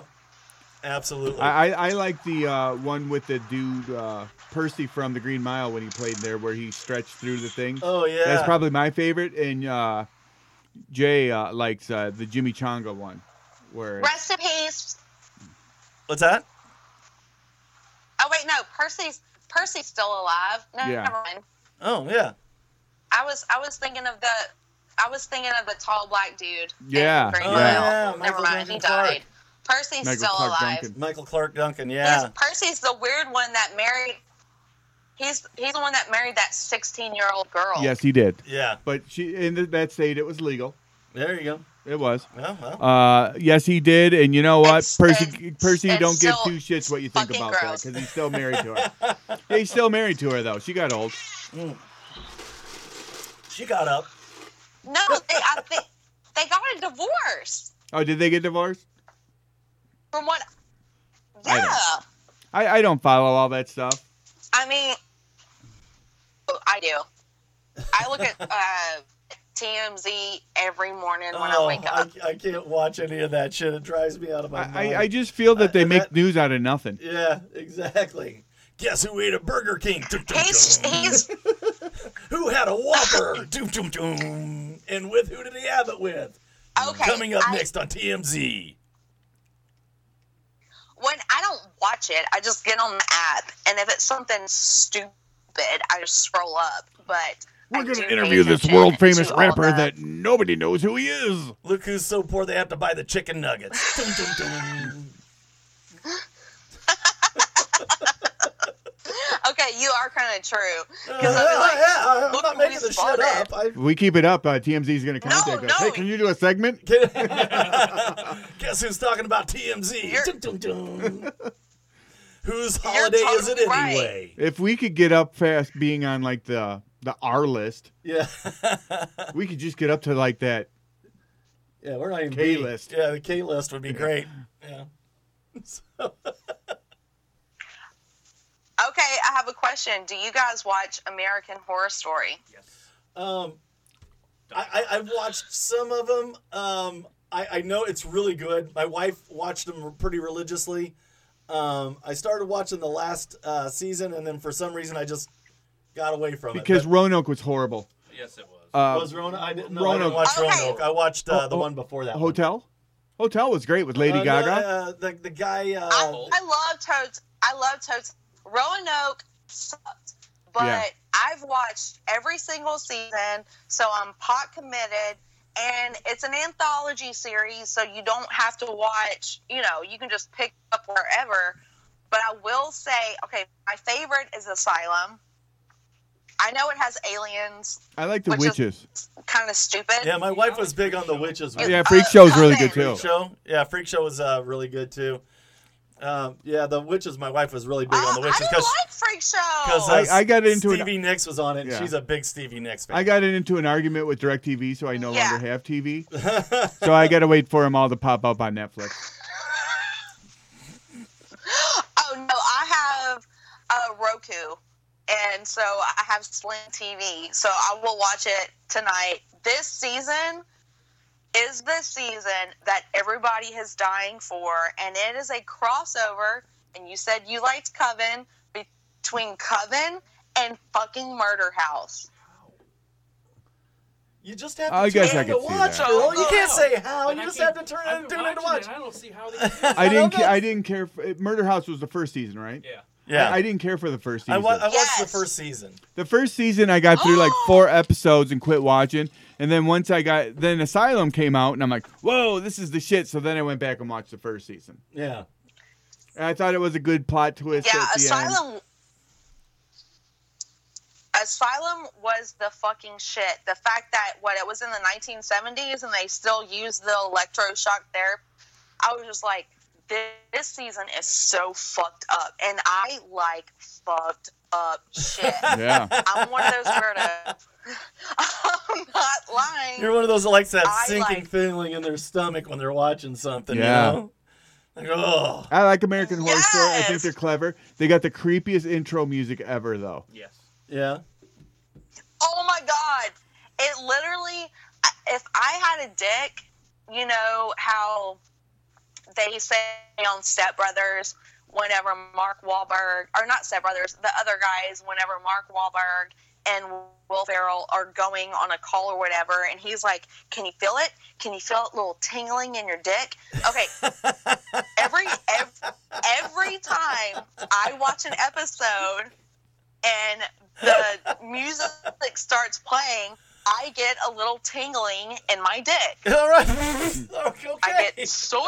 Yeah. absolutely.
I, I, I like the uh, one with the dude uh, Percy from the Green Mile when he played there, where he stretched through the thing.
oh yeah,
That's probably my favorite. And uh, Jay uh, likes uh, the Jimmy Chonga one, where
Rest in peace.
what's that?
Oh wait, no, Percy's Percy's still alive. No,
Yeah.
never mind.
Oh yeah,
I was I was thinking of the I was thinking of the tall black dude. in
Yeah,
Green
yeah.
Mile.
Oh, Yeah,
Never
Michael
mind. He
Duncan Clark.
died. Percy's
Michael
still
Clark
alive.
Duncan.
Michael Clark Duncan.
He's-
Yeah,
Percy's the weird one that married. He's he's the one that married that sixteen year old girl.
Yes, he did.
yeah.
But she in th- that state, it was legal.
There you go.
It was.
Well, well.
Uh, yes, he did. And you know what,
It's-
Percy?
it's-
Percy,
it's
don't give
still
two shits what you think
fucking
about
gross.
that because he's still married to her. yeah, he's still married to her though. She got old.
she got up.
No, they I think they got a divorce.
Oh, did they get divorced?
From what?
I
Yeah.
don't- I, I don't follow all that stuff.
I mean, oh, I do. I look at uh, TMZ every morning when I wake up.
Oh, I, can't watch any of that shit. It drives me out of my
I,
mind.
I, I just feel that they
Uh,
make
that-
news out of nothing.
yeah, exactly. Guess who ate a Burger King? Dum, dum,
He's
dum.
he's
Who had a Whopper? doom, doom, doom. And with who did he have it with?
okay.
Coming up
I,
next on TMZ.
When I don't watch it, I just get on the app, and if it's something stupid, I just scroll up. But I do pay attention to all the-
nobody knows who he is.
Look who's so poor they have to buy the chicken nuggets. Dum, dum, dum.
Okay, you are kind of true.
Uh,
'Cause I'll be like,
yeah, I'm
look
not
who
making
we
this shit
spotted.
up. I,
If we keep it up, uh, TMZ's going to
No,
contact us.
no.
Hey, can you do a segment?
Guess who's talking about TMZ?
You're-
Dum, dum, dum. Whose holiday is it
totally right.
anyway?
If we could get up fast being on like the the R list,
Yeah.
we could just get up to like that
Yeah, we're not even
K
B.
list.
Yeah, the K list would be great. Yeah. So,
Okay, I have a question. Do you guys watch American Horror Story?
Yes.
um, I, I I've watched some of them. Um, I I know it's really good. My wife watched them pretty religiously. Um, I started watching the last uh, season, and then for some reason I just got away from
because
it.
Roanoke was horrible.
Yes, it was.
Uh,
But was Rona? I didn't, no, I didn't
Roanoke.
watch
Okay.
Roanoke. I watched uh, the
Oh, oh,
one before that. one.
Hotel, Hotel was great with Lady
Uh, no,
Gaga.
uh, the the guy. Uh,
I,
Oh.
I love Toads. I love Toads. Roanoke sucked, but
Yeah.
I've watched every single season, so I'm pot committed. And it's an anthology series, so you don't have to watch, you know, you can just pick up wherever. But I will say, okay, my favorite is Asylum. I know it has aliens,
I like the
Which is-
witches.
kind of stupid.
yeah, my wife was big on the witches.
is-
yeah,
uh,
Freak Show's really good
Coven.
too.
Freak Show. Yeah, Freak Show was uh, really good too. Um, yeah, the witches. My wife was really big
Uh,
on the
I
witches
didn't like Freak Show.
because uh,
I- I got into an-
Stevie Nicks was on it. and
Yeah.
She's a big Stevie Nicks fan.
I got it into an argument with DirecTV, so I no
Yeah.
longer have TV. so I got to wait for them all to pop up on Netflix.
Oh no, I have uh, Roku, and so I have Sling TV, so I will watch it tonight. This season is the season that everybody is dying for, and it is a crossover. And you said you liked Coven between Coven and fucking Murder House.
you just have to
I
turn
guess I
in to
could see
watch.
that.
Will. You can't
Oh,
say how.
but
You
I
just
keep-
have to turn
I've
in,
been
tune in to
watching
watch.
it, I don't see how they. do it.
I didn't.
know.
Ca- I didn't care. For, Murder House was the first season, right?
yeah.
Yeah,
I, I didn't care for the first
I
season.
wa- I watched the
Yes.
first season.
the first season, I got through like four episodes and quit watching. And then once I got, then Asylum came out, and I'm like, whoa, this is the shit. So then I went back and watched the first season.
Yeah.
And I thought it was a good plot twist.
yeah,
at the End.
Asylum. Asylum was the fucking shit. The fact that what it was in the 1970s and they still use the electroshock therapy. I was just like, this, this season is so fucked up, and I like fucked up shit.
Yeah.
I'm one of those weirdos. I'm not lying.
You're one of those that likes that
I
sinking
like-
feeling in their stomach when they're watching something.
Yeah.
You know? Like, oh.
I like American Horror Story. I think
Yes!
they're clever. They got the creepiest intro music ever, though.
Yes.
Yeah.
Oh my god! It literally, if I had a dick, you know how they say on Step Brothers, whenever Mark Wahlberg, or not Step Brothers, the other guys, whenever Mark Wahlberg and Will Ferrell are going on a call or whatever, and he's like, "Can you feel it? Can you feel it? Little tingling in your dick?" Okay, every every, every time I watch an episode and the music starts playing, I get a little tingling in my dick.
All right. okay.
I get so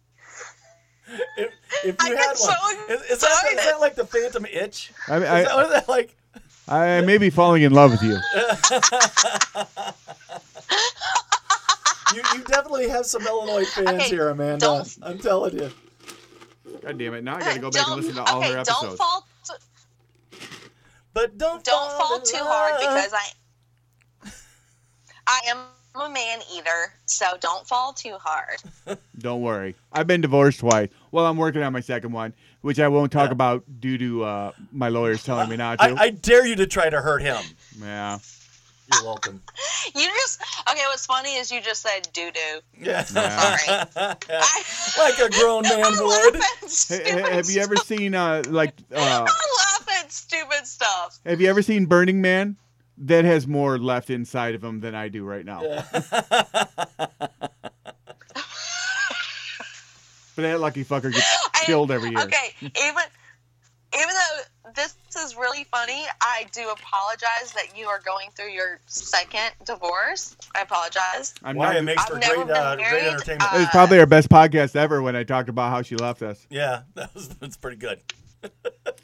if, if
I
you
get
had
so
one. Is, is, that, is
excited.
that like the phantom itch?
I, mean,
Is that,
I,
what is that like?
I may be falling in love with you.
You, you definitely have some Illinois fans
Okay,
here, Amanda.
don't-
I'm telling you.
God damn it! Now I got to go back and listen to all
okay,
her
don't
episodes.
fall t-
But don't
don't fall
in
too
love.
hard because I I am a man eater, so don't fall too hard.
Don't worry. I've been divorced twice. Well, I'm working on my second one, which I won't talk about due to uh, my lawyers telling me not to.
I, I dare you to try to hurt him.
yeah.
You're welcome.
You just okay. What's funny is you just said doo doo.
Yeah.
Yeah.
I-
like a grown man
I
would.
laugh at
Ha-
stupid.
ha- have you ever seen uh, like uh,
I laugh at stupid stuff.
Have you ever seen Burning Man? That has more left inside of him than I do right now. but that lucky fucker gets
I-
killed every year.
Okay, even even though this is really funny, I do apologize that you are going through your second divorce. I apologize.
I'm
Why it
not,
makes
I've
for
never
great,
been
uh, great
married,
entertainment.
it was probably our best podcast ever when I talked about how she left us.
yeah, that was that's pretty good.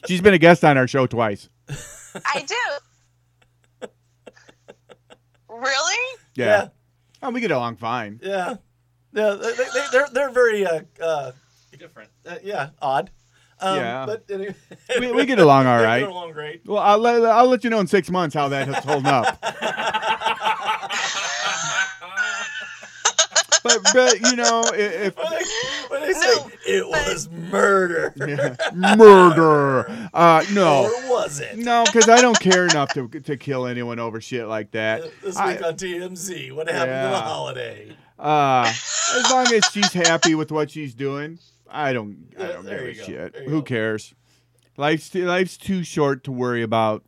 She's been a guest on our show twice.
I do. really?
Yeah. Oh, we get along fine.
yeah, yeah. They, they, they're they're very uh, uh,
Different.
uh, yeah odd. Um,
Yeah.
But anyway,
We, we get along all
they're
right.
getting along great.
Well, I'll let, I'll let you know in six months how that has holding up. but but you know i- if,
When they, when they say
No,
it
but-
was murder,
Yeah. murder. Uh,
or
no,
was it?
no, because I don't care enough to to kill anyone over shit like that.
This
I-
week on TMZ, what happened to the
Yeah.
holiday?
Uh, as long as she's happy with what she's doing, I don't. I
Yeah,
don't
there
give a
you go.
shit.
There you
Who
go.
cares? Life's too, life's too short to worry about.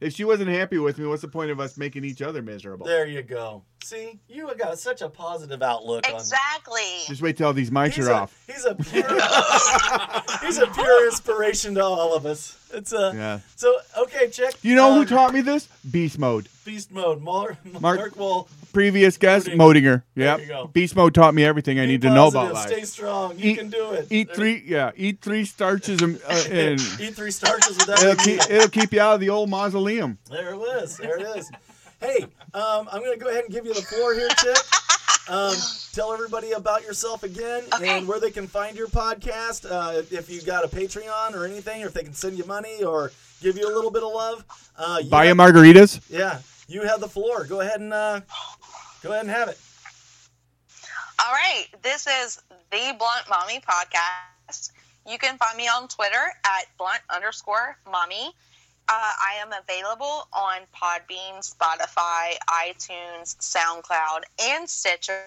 If she wasn't happy with me, what's the point of us making each other miserable?
There you go. See, you have got such a positive outlook
Exactly.
Just wait till these
on.
mics
He's
are
a,
off.
He's a pure, he's a pure inspiration to all of us. It's a
Yeah.
so okay. Check.
You know who
um,
taught me this? Beast mode.
Beast mode. Mark, Mark,
Mark-
will.
Previous guest,
Modinger.
Modinger.
There
Yeah.
you go.
Beast mode taught me everything I
be
need to know
positive,
about life. E
Stay strong. You
Eat-
can do it.
eat
There-
three, yeah, eat three starches and, uh, and
Eat three starches without
it'll,
a meal.
keep, it'll keep you out of the old mausoleum.
There it is. There it is. Hey, um, I'm going to go ahead and give you the floor here, Chip. Um, tell everybody about yourself again
Okay.
and where they can find your podcast. Uh, if you got a Patreon or anything, or if they can send you money or give you a little bit of love. Uh, you
Buy
have-
you margaritas.
Yeah, you have the floor. Go ahead and uh, go ahead and have it.
All right. This is the Blunt Mommy podcast. You can find me on Twitter at blunt underscore mommy. Uh, I am available on Podbean, Spotify, iTunes, SoundCloud, and Stitcher.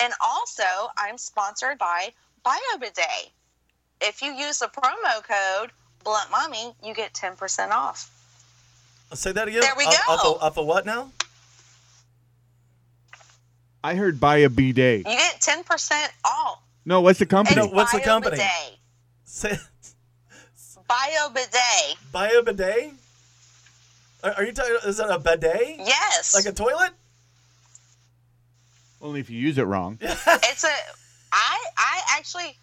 And also, I'm sponsored by BioBidet. If you use the promo code Blunt Mommy, you get 10% off.
I'll say that again.
There we
Off-
go.
Off, a, off a what now?
I heard buy a bidet.
You get 10% off.
No, what's the company?
No, what's the
Bio
company?
Bidet.
Say,
BioBidet.
buy a bidet. Are, are you talking? Is that a bidet?
Yes.
Like a toilet?
Only if you use it wrong.
It's a. I I actually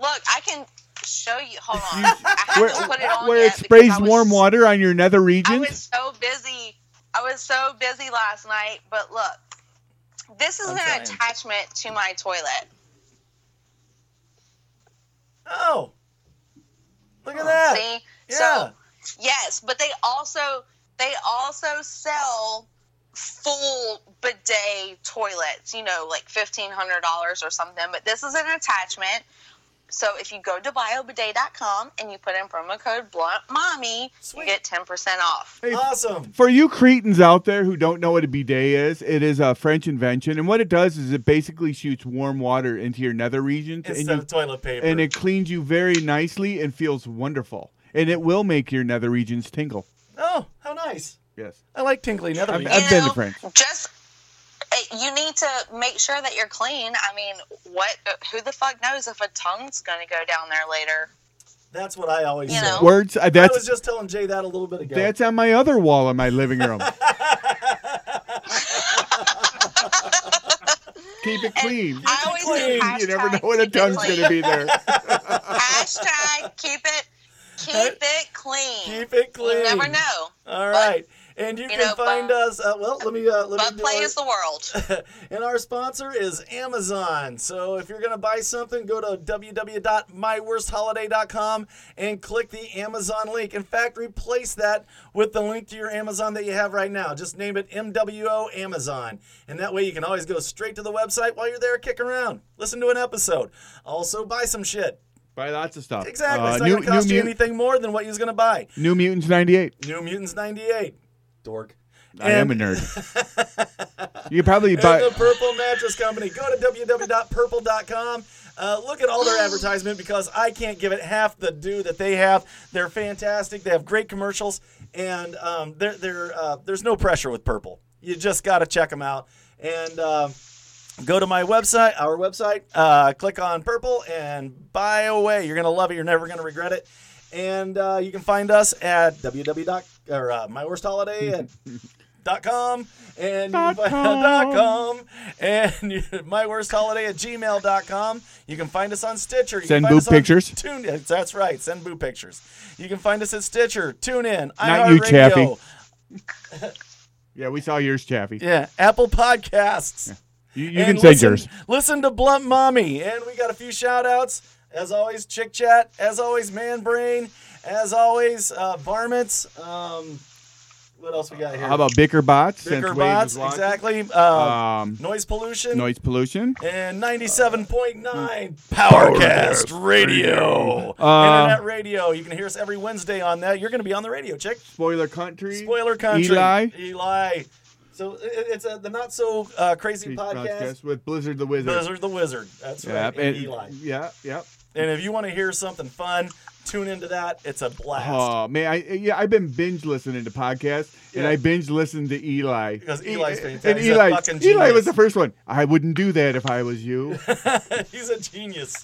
look. I can show you. Hold on. I
Where,
haven't put it on
where it
yet
sprays
because I was-
warm water on your nether
I
regions.
was so busy. I was so busy last night. But look, this is
I'm
an
trying.
attachment to my toilet.
Oh, look
Oh,
at that.
See.
Yeah.
So yes, but they also they also sell full bidet toilets. You know, like fifteen hundred dollars or something. But this is an attachment. So if you go to biobidet.com and you put in promo code blunt mommy,
Sweet.
you get ten percent off.
Hey,
Awesome.
For you Cretans out there who don't know what a bidet is, it is a French invention, and what it does is it basically shoots warm water into your nether regions,
Instead
and you
of toilet paper.
and it cleans you very nicely and feels wonderful, and it will make your nether regions tingle.
oh, how nice.
Yes,
I like tingly nether
I've,
regions.
I've been
know,
to France.
Just eh, you need to make sure that you're clean. I mean, what? Who the fuck knows if a tongue's gonna go down there later?
That's what I always
You
say.
know.
Words. Uh,
I was
that's
just telling Jay that a little bit ago.
that's on my other wall in my living room. Keep it clean.
I always
clean.
do
You never know
hashtag
when a
keep it
tongue's
clean.
gonna be there.
Hashtag keep it keep it clean.
Keep it clean.
You never know.
All right. And you,
you
can
know,
find
but-
us. Uh, well, let me. Uh, let
But
me do
play
our-
is the world.
and our sponsor is Amazon. So if you're going to buy something, go to www.myworstholiday.com and click the Amazon link. In fact, replace that with the link to your Amazon that you have right now. Just name it MWO Amazon. And that way you can always go straight to the website while you're there, kick around, listen to an episode. Also, buy some shit.
Buy lots of stuff.
Exactly.
Uh,
it's not
new,
going to cost
new,
you
Mut-
anything more than what you was going to buy.
New Mutants '98.
New Mutants 98. Dork.
I am a
And-
nerd. you probably
and
buy.
the Purple Mattress Company. Go to www.purple.com. Uh, look at all their advertisement because I can't give it half the due that they have. They're fantastic. They have great commercials, and um, they're, they're, uh, there's no pressure with Purple. You just got to check them out. And uh, go to my website, our website, uh, click on Purple, and buy away. You're going to love it. You're never going to regret it. And uh, you can find us at www. or uh, my worst holiday at dot com and you
Dot
can find,
com.
dot com and you, my worst holiday at gmail.com you can find us on stitcher you can
Send
find
boob
us on
pictures.
tune that's right send boo pictures you can find us at stitcher tune in
Not you,
Radio,
Yeah, we saw yours, Chaffee.
yeah apple podcasts
You, you
And
can send
listen,
yours.
listen to blunt mommy and we got a few shout outs as always chick chat as always man brain as always uh, varmints um What else we got here?
How about bicker bots? since
Bicker
Wade
bots,
was locked?
exactly. Uh,
Um,
noise pollution.
noise pollution.
And 97.9 Powercast Radio.
Uh,
Internet radio. You can hear us every Wednesday on that. You're going to be on the radio. Check
Spoiler country.
Spoiler Country.
E- Eli.
Eli. So it- it's a, the not so uh, crazy podcast.
Podcast with Blizzard the Wizard.
Blizzard the Wizard. That's
Yep,
right. And
and-
Eli.
Yeah, yep.
And if you want to hear something fun, tune into that. It's a blast.
Oh man, I yeah, I've been binge listening to podcasts, and
Yeah.
I binge listened to Eli
Because Eli's
E-
fantastic.
And
He's a
Eli,
fucking
Eli
genius.
was the first one. I wouldn't do that if I was you.
He's a genius.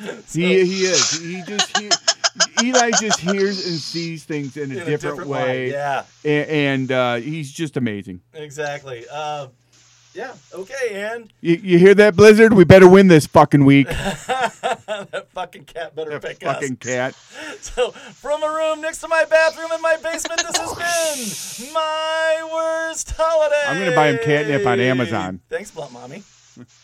Oh. He he is. He just he, Eli just hears and sees things in a,
In
different,
light.
way,
Yeah,
a- and, uh, he's just amazing.
exactly. Uh, yeah. Okay, and
You, you hear that, Blizzard? We better win this fucking week.
that fucking cat better
That
pick
fucking cat.
us. So, from a room next to my bathroom in my basement, this
Oh,
has been my worst holiday.
I'm gonna buy him catnip on Amazon.
Thanks, blunt mommy.